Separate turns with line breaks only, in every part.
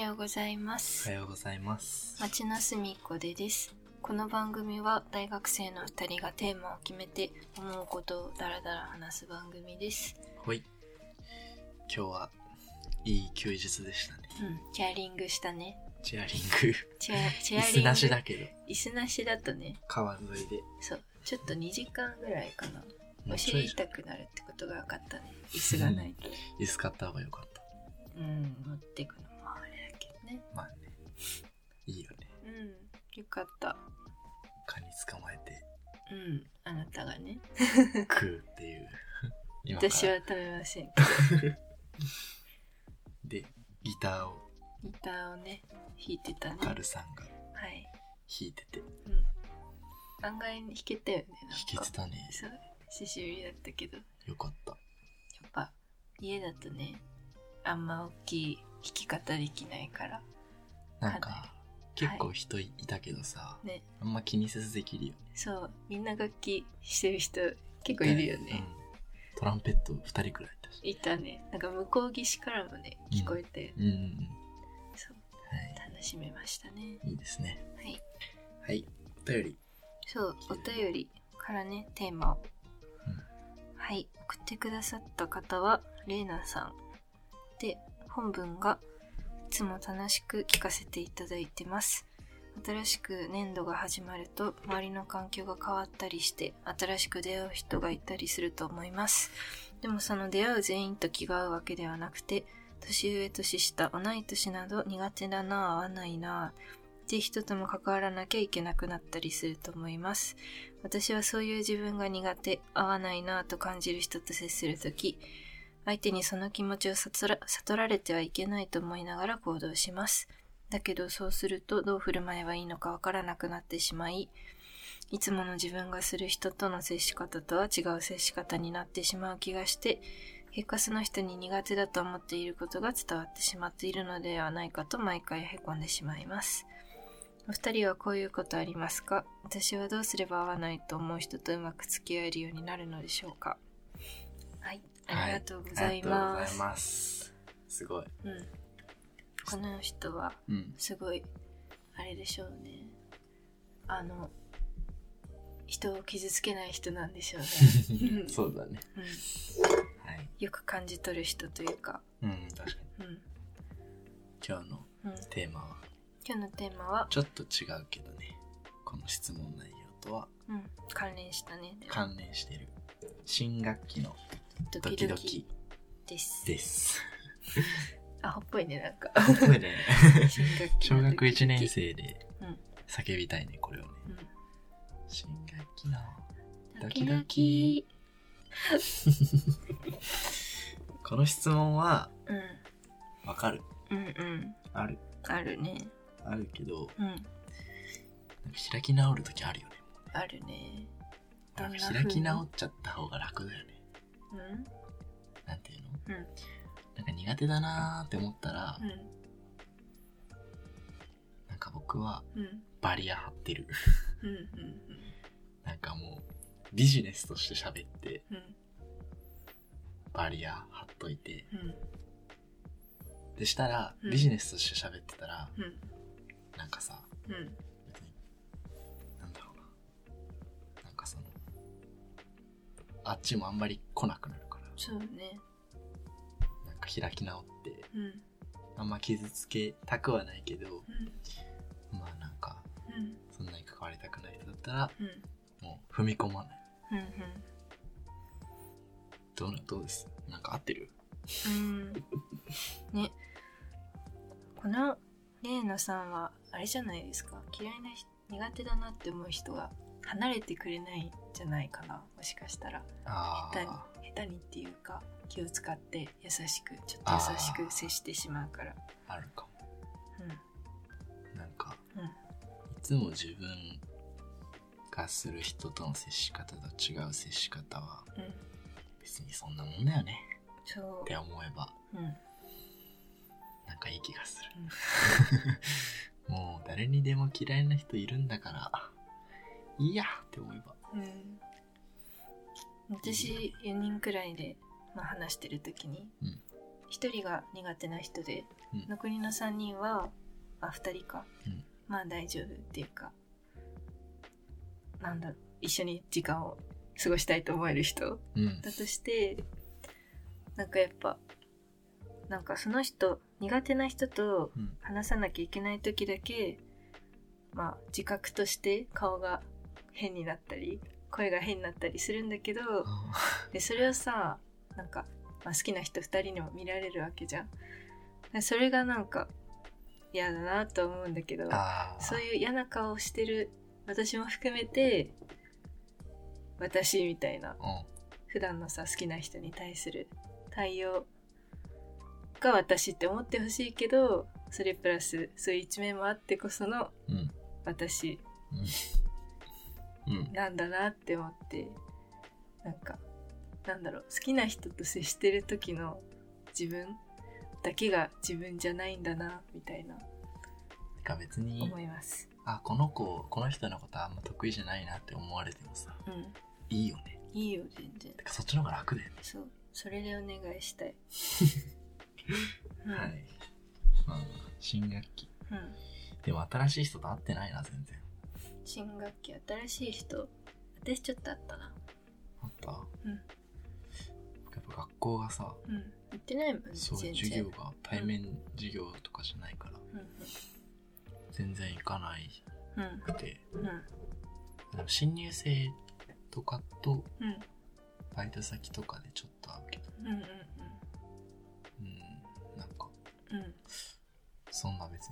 ようございま
おは
す。
ようございます。
町の隅っこでです。この番組は大学生の二人がテーマを決めて思うことをダラダラ話す番組です。
ほい。今日はいい休日でしたね。
うん、チェアリングしたね。
チェアリング。
チェア、 チェ
椅
アリング。
子なしだけど、
椅子なしだったね。
川沿いで。
そう、ちょっと2時間ぐらいかな。
も
お
うちょ
尻
い
痛くなるってことが分かったね。椅子がない と。
椅子買った方が良かった。
うん、持ってくのもあれだけどね。
まあね。いいよね。
うん、よかった。
蚊に捕まえて
うん、あなたがね。
食うっ ていう。今から
私は食べませ ん。
で、ギターを
ギターをね、弾いてたね。
カルさんが弾
はい。
いてて、弾
うん。案外弾けたよね、なんか。
けてたね。
そう、久しぶりだったけど。や
よかった。
っぱ、家だとね、あんま大きい弾き方できないから。
な
かな
んか、結構人いたけどさ、
ね、
あんま気にせずできるよね。
そう、みんな楽器してる人結構いるよね。
うん。トランペット2人くらいいたし。
いたね。なんか向こう岸からもね、聞こえて、
うんうんうん。
そう、
は
楽しめましたね。
い。いいですね。
はい。
はい。お便り。
そう、お便りからね、テーマを。はい、送ってくださった方は、れいなさん。で、本文が、いつも楽しく聞かせていただいてます。新しく年度が始まると、周りの環境が変わったりして、新しく出会う人がいたりすると思います。でもその出会う全員と気が合うわけではなくて、年上年下、同い年など苦手だなぁ、合わないなぁ、って人とも関わらなきゃいけなくなったりすると思います。私はそういう自分が苦手、合わないなぁと感じる人と接するとき、相手にその気持ちを悟ら悟られてはいけないと思いながら行動します。だけどそうするとどう振る舞えばいいのかわからなくなってしまい、いつもの自分がする人との接し方とは違う接し方になってしまう気がして、結果その人に苦手だと思っていることが伝わってしまっているのではないかと毎回へこんでしまいます。お二人はこういうことありますか私はどうすれば合わないと思う人とうまく付き合えるようになるのでしょうかはい、ありがとうござい
ありがとうご
ま
ざい
す。
ます。すごい。
うん、この人は
うん。
すごいあれでしょうねあの人を傷つけない人なんでしょう ね、 うん
そうだね。
うん、
はい。
よく感じ取る人というか、
うん、確かに。
うん
今日の
うん、
テーマは、
今日のテーマは、
ちょっと違うけどね。この質問内容とは
うん、関連したねで
関連してる。新学期の
ド
ド
キ
キ
ド
ド
キ
キ
です
です。
アホっぽいねなんか
すごいね。
新学期
小
のドキド
学
キ
1年、生で
うん
叫びたいね、これをね。
う
新学期の
ん、
ド
ド
キ
キ
ド
ド
キ
キ
この質問は、
う
わかる。
んうんうん
ある。
あるね
あるけど、
うん
なんか開き直るときあるよね。
あるね
な
ど
ん
ん
か
な風に
開き直っちゃった方が楽だよね。
うん
なんていうの
うん
なんか苦手だなーって思ったら、なんか僕は
うんうん
バリア張ってる。
うんうん
なんかもう、ビジネスとして喋って、
うん
バリア張っといて。
うん
でしたら、
うん
ビジネスとして喋ってたら、
うん
なんかさ、
うん
別に、なんだろうな。なんかその、あっちもあんまり来なくなるか
そうね
ら、なんか開き直って、
うん
あんま傷つけたくはないけど、
うん
まあなんか、
うん
そんなに関わりたくない人だったら、
うん
もう踏み込まない。
うん
どうな、どうですなんか合ってる
うんうんねこのレイナさんはあれじゃないですか嫌いな人苦手だなって思う人が離れてくれないんじゃないかなもしかしたら
あ
下手に
あ。
下手にっていうか気を使って優しくちょっと優しく接してしまうから
あるかも。なんか、
うん
いつも自分がする人との接し方と違う接し方は
うんうん
別にそんなもんだよね
そ
って思えば
ううん
なんかいい気がする。 もう誰にでも嫌いな人いるんだから、いいやって思えば。
うん、私4人くらいで、まあ、話してる時に、
うん
1人が苦手な人で、
うん
残りの3人はあ2人か、
うん
まあ大丈夫っていうかなんだろう一緒に時間を過ごしたいと思える人
うん
だとしてなんかやっぱなんかその人苦手な人と
うん
話さなきゃいけない時だけまあ自覚として顔が変になったり声が変になったりするんだけど
あ
でそれをさなんか、まあ、好きな人2人にも見られるわけじゃんでそれがなんか嫌だなと思うんだけど
ーあー
そういう嫌な顔をしてる私も含めて私みたいな
うん
普段のさ好きな人に対する対応が私って思ってほしいけどそれプラスそういう一面もあってこその
うん
私
うん
なんだなって思ってなんかなんだろう好きな人と接してる時の自分だけが自分じゃないんだなみたいな
なんか別に
思います。
あこの子この人のことあんま得意じゃないなって思われてもさ
うん、
いいよね
いいよ全然
てかそっちの方が楽だよね
そうそれでお願いしたい。うん
はいまあ新学期
うん
でも新しい人と会ってないな全然
新学期新しい人私ちょっとあったな
あった
うん
やっぱ学校がさ
うん行ってないもんね
そう
全然
授業が対面授業とかじゃないから
う
全然行かない
んうん
くて
うん
でも新入生とかと
うんうん
バイト先とかでちょっと会うけど
うん
うんなんか
うんうん
そんな別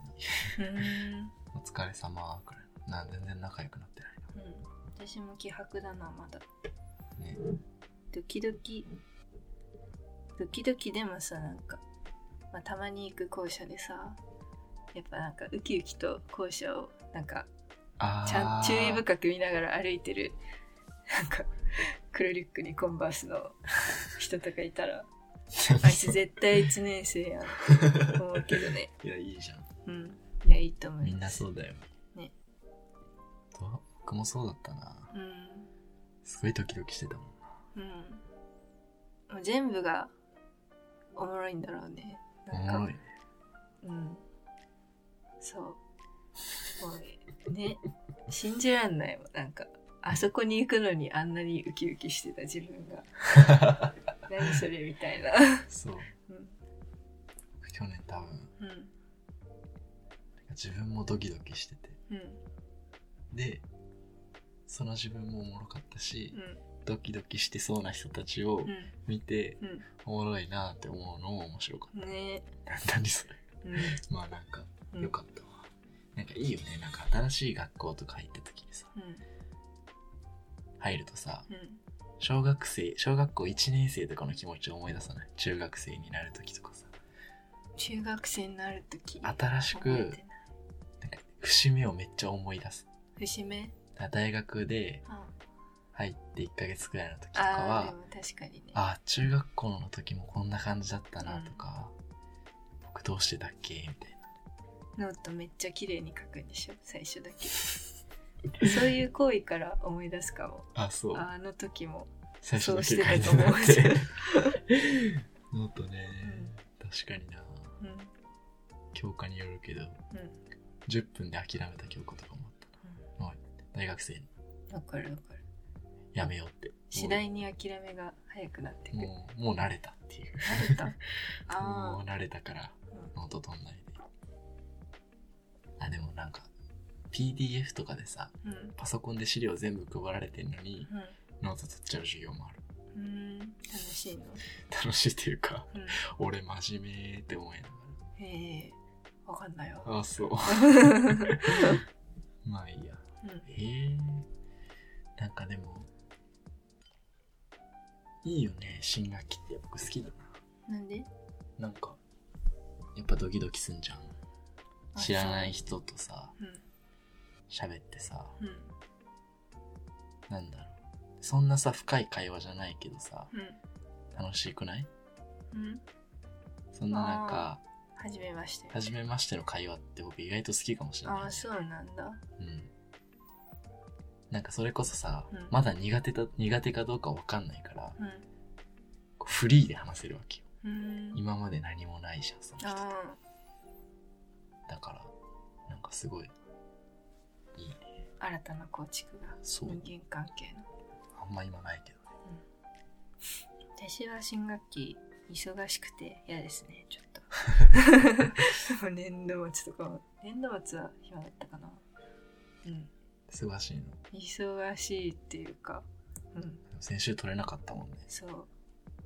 に
うーん
お疲れ様くらいな全然仲良くなってない
うん私も希薄だなまだ
なね
ドキドキドキドキでもさなんか、まあ、たまに行く校舎でさやっぱなんかウキウキと校舎をなんか
あ
ちゃん
ー
注意深く見ながら歩いてるなんか黒リュックにコンバースの人とかいたらあいつ絶対1年生やんって思うけどね
いやいいじゃん
うんいやいいと思います
みんなそうだよ
ね
と僕もそうだったな
うん
すごいドキドキしてたもん
うんもう全部がおもろいんだろうねなん
な
か
おもろいね
うんそうもうね信じらんないもんなんかあそこに行くのにあんなにウキウキしてた自分が何それみたいな
そう
うん
去年多分
うん
自分もドキドキしてて
うん
でその自分もおもろかったし、
うん
ドキドキしてそうな人たちを
う
見て、
うん
おもろいなって思うのも面白か
んね
った何それ
う
まあなんか
ん
よかったわ、なんかいいよねなんか新しい学校とか行った時にさ
うん
入るとさ
うん
小学生小学校1年生とかの気持ちを思い出さない中学生になる時とかさ
中学生になる時
新しく
覚えてない
なんか節目をめっちゃ思い出す
節目
だから大学で
あ
入って1ヶ月くらいの時とか
あーで
は
も確かにね
ああ中学校の時もこんな感じだったなとか、僕どうしてたっけみたいな
ノートめっちゃ綺麗に書くんでしょ最初だけそういう行為から思い出すかも
あそう
ああの時も
最初
そう
だ
して
け書
た
い
と
て
思
な
う
くて ノートね、確かにな
うんうん
教科によるけど10分で諦めた教科とかもあったなおい大学生
わかるわかる
やめようって
次第に諦めが早くなってくる
もうもう慣れたっていう
慣 れた
も
あ
う慣れたから
あ
ノート取んないであでもなんか PDF とかでさ
うんうん
パソコンで資料全部配られてんのに
うん
ノート取っちゃう授業もある
うん楽しいの
楽しいっていうか
うん
俺真面目って思いなが
へえわかんない わ
らあそうまあいいや
うん
えー、なんかでもいいよね新学期って僕好きだ
なんで
ななんかやっぱドキドキすんじゃん
あ
知らない人とさ
うん
喋ってさ
うん
なんだろうそんなさ深い会話じゃないけどさ
う
楽しくない
んうん
そんななんか
はじめまして
初めましての会話って僕意外と好きかもしれない
ああそうなんだ
うん、なんかそれこそさ、
うん
まだ苦手だ苦手かどうかわかんないから
うん
こうフリーで話せるわけよ
うん
今まで何もないじゃんその人って
あ
だからなんかすごいいいね
あ新たな構築が
そう
人間関係の
あんま今ないけどね
私は新学期忙しくて嫌ですねちょっと もう年度末とかも年度末は暇だったかなうん
忙しいの
忙しいっていうかうん
先週取れなかったもんね
そう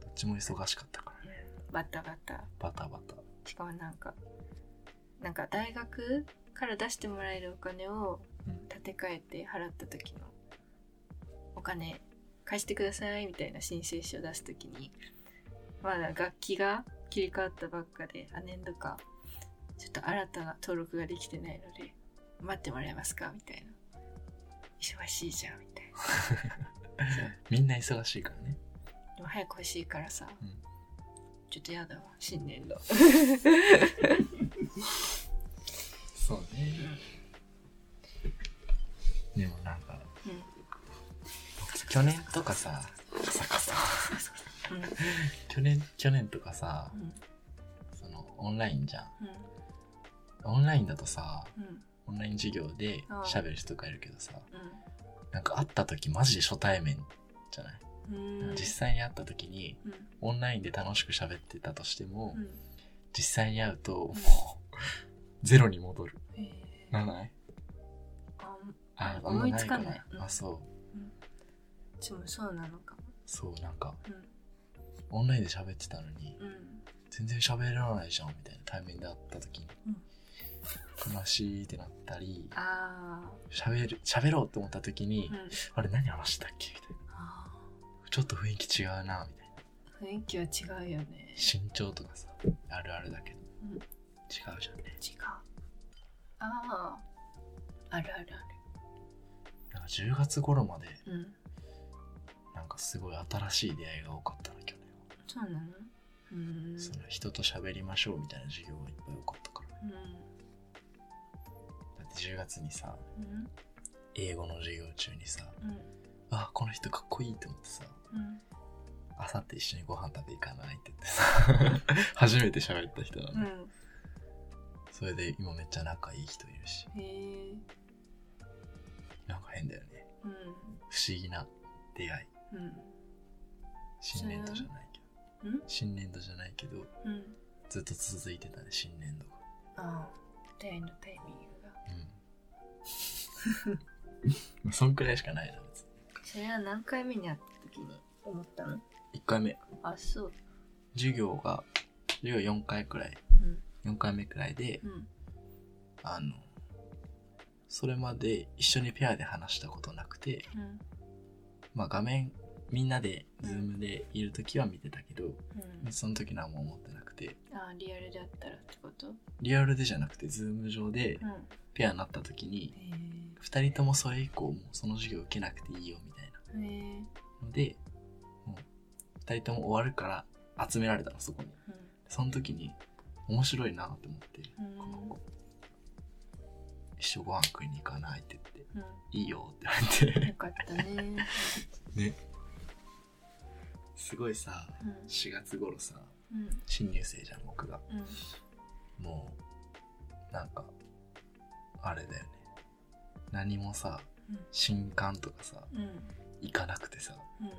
どっちも忙しかったからね
バタバタ
バタバタ
しかもなんかなんか大学から出してもらえるお金を
うん
立て替えて払った時のお金貸してくださいみたいな申請書を出す時にまだ楽器が切り替わったばっかであ年度かちょっと新たな登録ができてないので待ってもらえますかみたいな忙しいじゃんみたいな
みんな忙しいからね
でも早く欲しいからさ、
うん
ちょっとやだわ新年度
そうねでもなんか去年とかさ
うんうん
去年去年とかさ
うん
そのオンラインじゃん
うん
オンラインだとさ
うん
オンライン授業で
ああ
喋る人とかいるけどさ
う
なんか会った時マジで初対面じゃない、
んうん
実際に会った時に
うん
オンラインで楽しく喋ってたとしても、
うん
実際に会うと も
ん
うゼロに戻る
へー
ならない
あ
あ
うん
あんま
思いつかない
か
うん
あそう
でもそうなのかも
そうなんか
うん
オンラインで喋ってたのに
うん
全然喋らないじゃんみたいな対面で会った時に、悲しいってなったり
あ
喋る喋ろうと思った時に、
ーうん
あれ何話したっけみたいな
あ
ちょっと雰囲気違うなみたいな
ー雰囲気は違うよね
身長とかさあるあるだけど、
うん
違うじゃんね
違うあーあるある
なんか10月頃まで
あるうん
なんかすごい新しい出会いが多かったな去年は、
そうなのうん
その人と喋りましょうみたいな授業がいっぱい多かったから
うん
だって10月にさ
うん
英語の授業中にさ
うん
あこの人かっこいいと思ってさ
うん
あさって一緒にご飯食べ行かないって言ってさ 初めて喋った人な
う
の、
ん
それで今めっちゃ仲いい人いるし
へえ
なんか変だよね
うん
不思議な出会い
うん
新年度じゃないけど、
うん
新年度じゃないけど
うん
ずっと続いてたね新年度が
あー出会いのタイミングが
うんそんくらいしかないな別に
それは何回目に会った時に思ったの
1回目
あそう
授業が授業4回くらい
うん
4回目くらいで、
うん
あのそれまで一緒にペアで話したことなくて
うん
まあ画面みんなでズームでいる時は見てたけど
うん
その時何も思ってなくて
あーリアルだったらってことうん
リアルでじゃなくてズーム上でペアになった時に
へえ
2人ともそれ以降もうその授業受けなくていいよみたいな
へえ
のでもう2人とも終わるから集められたのそこにその時に面白いなと思って
うんうん
この子一緒ご飯食いに行かないって言って
う
いいよって言われ
ん
て
よかったね
すごいさ
うん
4月頃さ
うん
新入生じゃん僕が
うん
もうなんかあれだよね何もさ
うん
新刊とかさ
うん
行かなくてさ
うん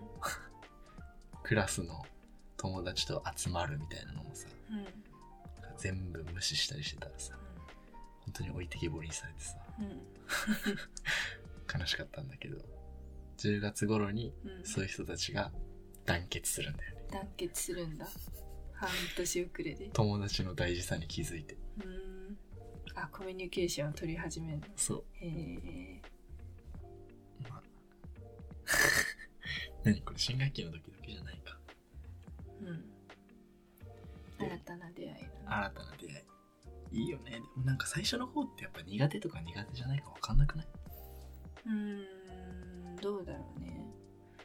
クラスの友達と集まるみたいなのもさ
うん
全部無視したりしてたらさ本当に置いてきぼりにされてさ
うん
悲しかったんだけど10月頃に
うん
そういう人たちが団結するんだよね
団結するんだ半年遅れで
友達の大事さに気づいて
うんあコミュニケーションを取り始めるの
そう
へえ
まあ 何これ新学期の時だけじゃないか
うん新たな出会いだね
新たな出会いいいよねでもなんか最初の方ってやっぱ苦手とか苦手じゃないか分かんなくないう
ーんどうだろうね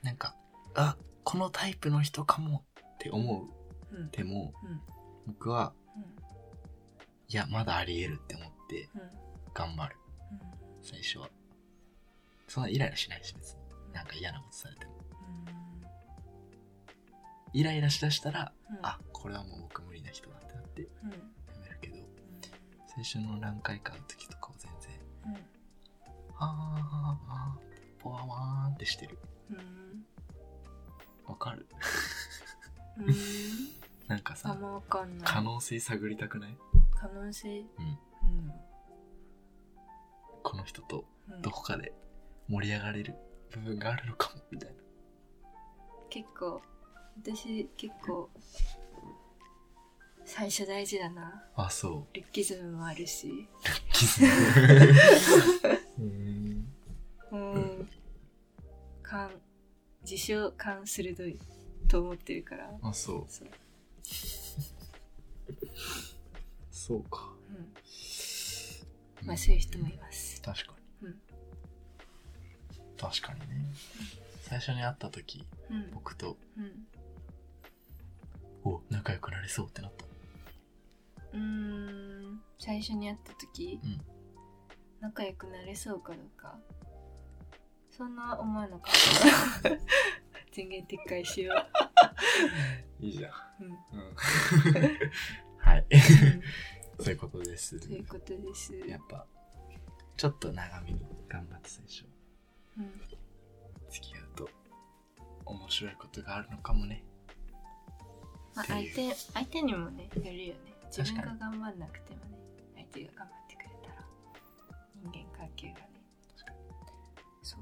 なんかあこのタイプの人かもって思う
うん
でも
うん
僕は
うん
いやまだありえるって思って
うん
頑張る
うん
最初はそんなイライラしないし別になんか嫌なことされても
うん
イライラしだしたら
うん
あここれはもう僕無理な人だってなってや
うん
めるけど最初の何回かの時とかは全然
う
あーあーポワワーンってしてる
んうん
わかる
うんうん
なんか
あ
さ
んまわかんない
可能性探りたくない
可能性
うんこの人と
うんうん
どこかで盛り上がれる部分があるのかもみたいな
結構私結構最初大事だな
あそう
ルッキズムもあるし
キスうーん
うん勘自称勘鋭いと思ってるから
あそう
そう、
そうか
うん、まあそういう人もいます
確かに、
うん
確かにね最初に会った時
うん
僕と
うん
お仲良くなれそうってなった
うーん最初に会った時、
うん
仲良くなれそうかどうかそんな思わなかった 全言撤回しよ
いいじゃん、
う、う ん、
うん、 はい
うん
そういうことです
ということです
やっぱちょっと長めに頑張って最初
うん
付き合うと面白いことがあるのかもね
まあ、
ってい
相手
う
相手にもねやるよね自分が
確
頑張んなくてもね相手が頑張ってくれたら人間関係がね
確か
そう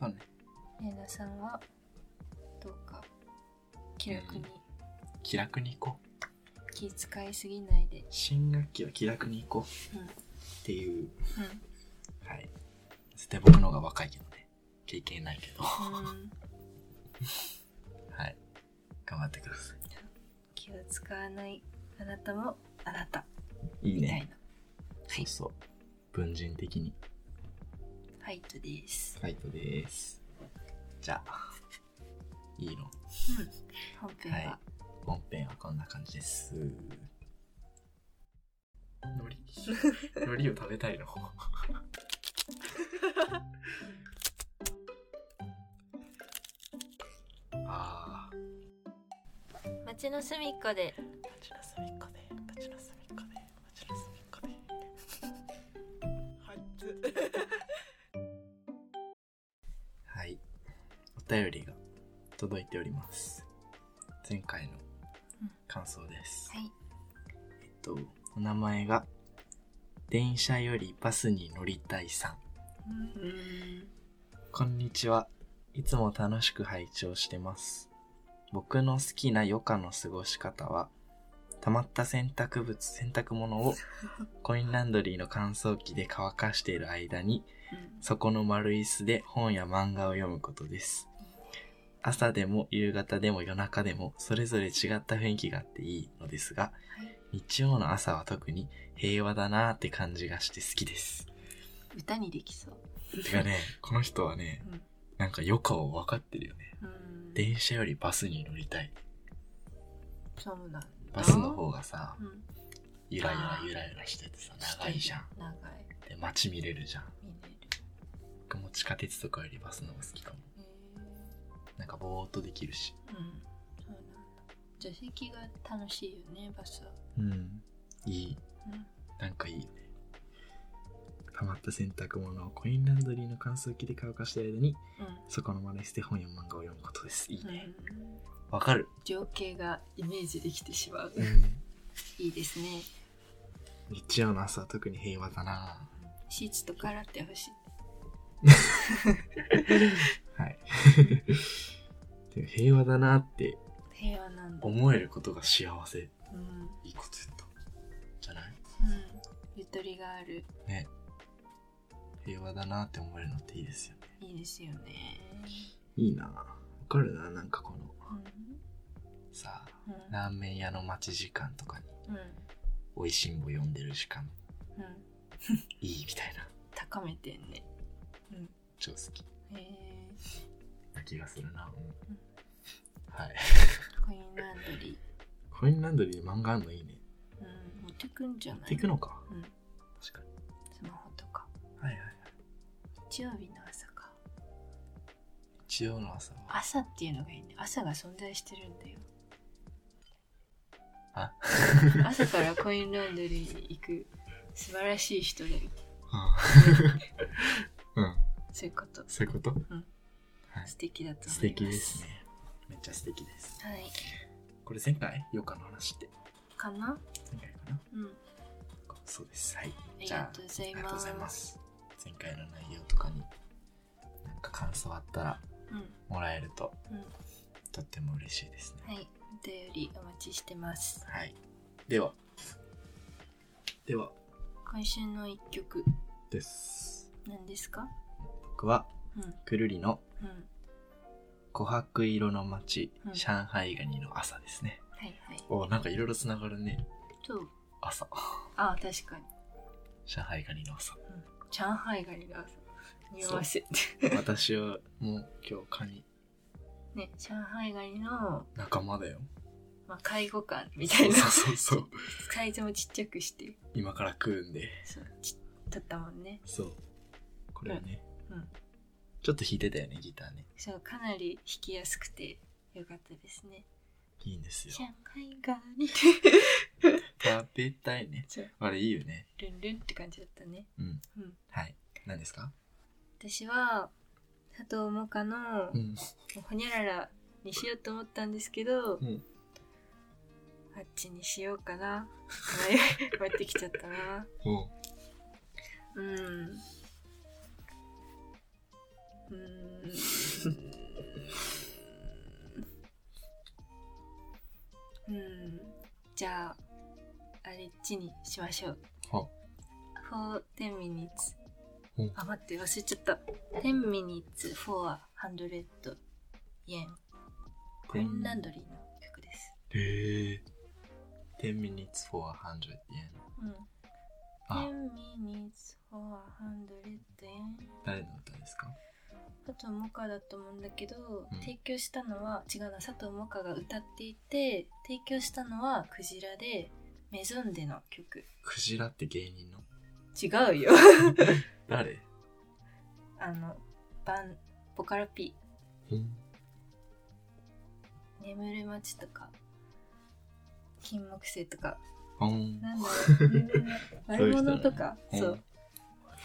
そうね
レイナさんはどうか気楽に
気楽に行こう
気遣いすぎないで
新学期は気楽に行こう、
うん
っていう
うん
はい絶対僕の方が若いけどね経験ないけど
うん
はい。頑張ってくださ
気を使わないあなたもあなた
い。いい
みたい
ね。
な
そうそう。文人的に。
ファイトです、
カイトです。じゃあ、いい
う
の
ん、本編は、
はい本編はこんな感じです。のりのりを食べたいの。 ああ。
街の隅っこで
街の隅っこで、街の隅っこで、街の隅っこで。はい。お便りが届いております。前回の感想です。
はい
えっと、お名前が、電車よりバスに乗りたいさん。
うん
こんにちは。いつも楽しく拝聴してます。僕の好きな余暇の過ごし方は、溜まった洗濯物、洗濯物をコインランドリーの乾燥機で乾かしている間に、底の丸椅子で本や漫画を読むことです。朝でも夕方でも夜中でもそれぞれ違った雰囲気があっていいのですが、
はい
日曜の朝は特に平和だなーって感じがして好きです。
歌にできそう
てかね、この人はね、
うん
なんか余暇を分かってるよね。
うん
電車よりバスに乗りたい。
そうなんだ
バスの方がさ、
うん
ゆらゆらゆらゆらしててさ、長いじゃん。
長い
で、街見れるじゃん。
見れる、
僕も地下鉄とかよりバスの方が好きかも。
え
なんかぼーっとできるし。
ー、うんそうなんだ座席が楽しいよねバスは
うん。いい。
うん
なんかいいよね。溜まった洗濯物をコインランドリーの乾燥機で乾かしている間に、
う
そこの真似して本や漫画を読むことです。いい
ん、
ね。
うん、
わかる。
情景がイメージできてしまういいですね
日曜の朝は特に平和だな
シーツとか洗ってほしい
はい。でも平和だなって
平和なんだ
思えることが幸せ。
うん、うん、
いいこと言った。じゃない
ゆとりがある
ね。平和だなって思えるのっていいですよね。
いいですよね
いいなわかるななんかこの
う
さ、
んうん
ラーメン屋の待ち時間とかに、
うん
美味しんぼ読んでる時間、
うん
いいみたいな。
高めてんねうん
超好き
えー
な気がするな。
うん
はい。
コインランドリ
コインランドリーで漫画あんのいいね。
ー、うん、持ってくんじゃ
や
ない
っていくのか。
うん
確かに。
スマホとか
はいはいはい。
日曜日の朝か
日曜の朝は、
朝っていうのがいいね朝が存在してるんだよ
あ
朝からコインランドリーに行く素晴らしい人だよ。
うん。
そういうこと。
そういうことはい
素敵だと思います。
素敵です。ね。めっちゃ素敵です。
はい。
これ前回ヨカの話って
かな
前回かな
うん。
そうです。はい。
あり
じゃ
が
あ
とうござ
あ
い
りがとう
ま
ご
す。
ざいます。前回の内容とかになんか感想あったら
うん。
もらえると
うん。
とっても嬉しいですね。
はい。お便りお待ちしてます。
はい。では。では。
今週の一曲、
です。
何ですか
僕は
うん。うん。
くるりの琥珀色の街、
うん
上海ガニの朝ですね。
はいはい。
おなんかいろいろつながるね。
と、
朝。
あ、確かに。
上海ガニの 朝。
上海ガニが匂わせて。
私はもう今日カニ
ね、上海ガニの、
仲間だよ。
まあ、介護官みた
そ
いうな。
そうそう。
サイズもちっちゃくして。
今から食うんで。
そう、ちだったもんね。
そう。これをね。
うんうん
ちょっと弾いてたよね、ギターね。
そう、かなり弾きやすくてよかったですね。
いいんですよ。
上海ガニ。
食べたいね。
そう、
あれいいよね。
ルンルンって感じだったね。
うん。
うん
はい。何ですか
私は、佐藤萌歌の、
うん。
ほにゃららにしようと思ったんですけど、
うん
あっちにしようかな。 迷ってきちゃったな。
おう
うん。うーん。うん。じゃあ、あれっちにしましょう。
は
4 10 minutes
お。
あ、待って、忘れちゃった。10 minutes for 100 yen。コインランドリーの曲です。
へえ。10 minutes for 100 yen。
うん。
あ、
10 minutes for 100 yen。
誰の歌ですか
佐藤萌歌だと思うんだけど、
うん
提供したのは違うな佐藤萌歌が歌っていて提供したのはクジラでメゾンでの曲
クジラって芸 人の
違うよ
誰
あのバンボカロ P
うん。
眠る街とか金木犀とか
あん。
なんだろう全然ね
そうい
悪
う人だね
者とか
うん
そう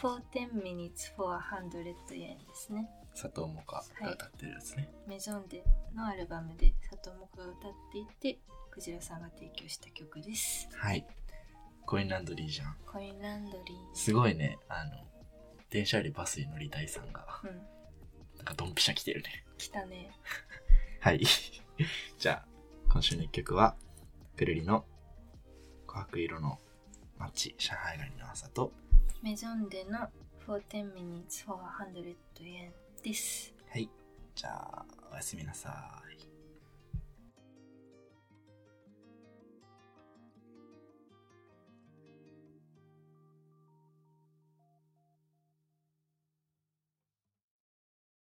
410 minutes for 100 yen ですね
佐藤萌歌が歌ってるやつね。
メゾンでのアルバムで佐藤萌歌が歌っていてクジラさんが提供した曲です
はい。コインランドリーじゃん。
コインランドリー。
すごいね、あの、電車よりバスに乗りたいさんが、
うん、
なんかドンピシャ来てるね。
来たね。
はい。 じゃあ、今週の一曲は、くるりの琥珀色の街、上海ガニの朝と、
メゾンデの410 minutes for 100円です。
はい。じゃあ、おやすみなさい。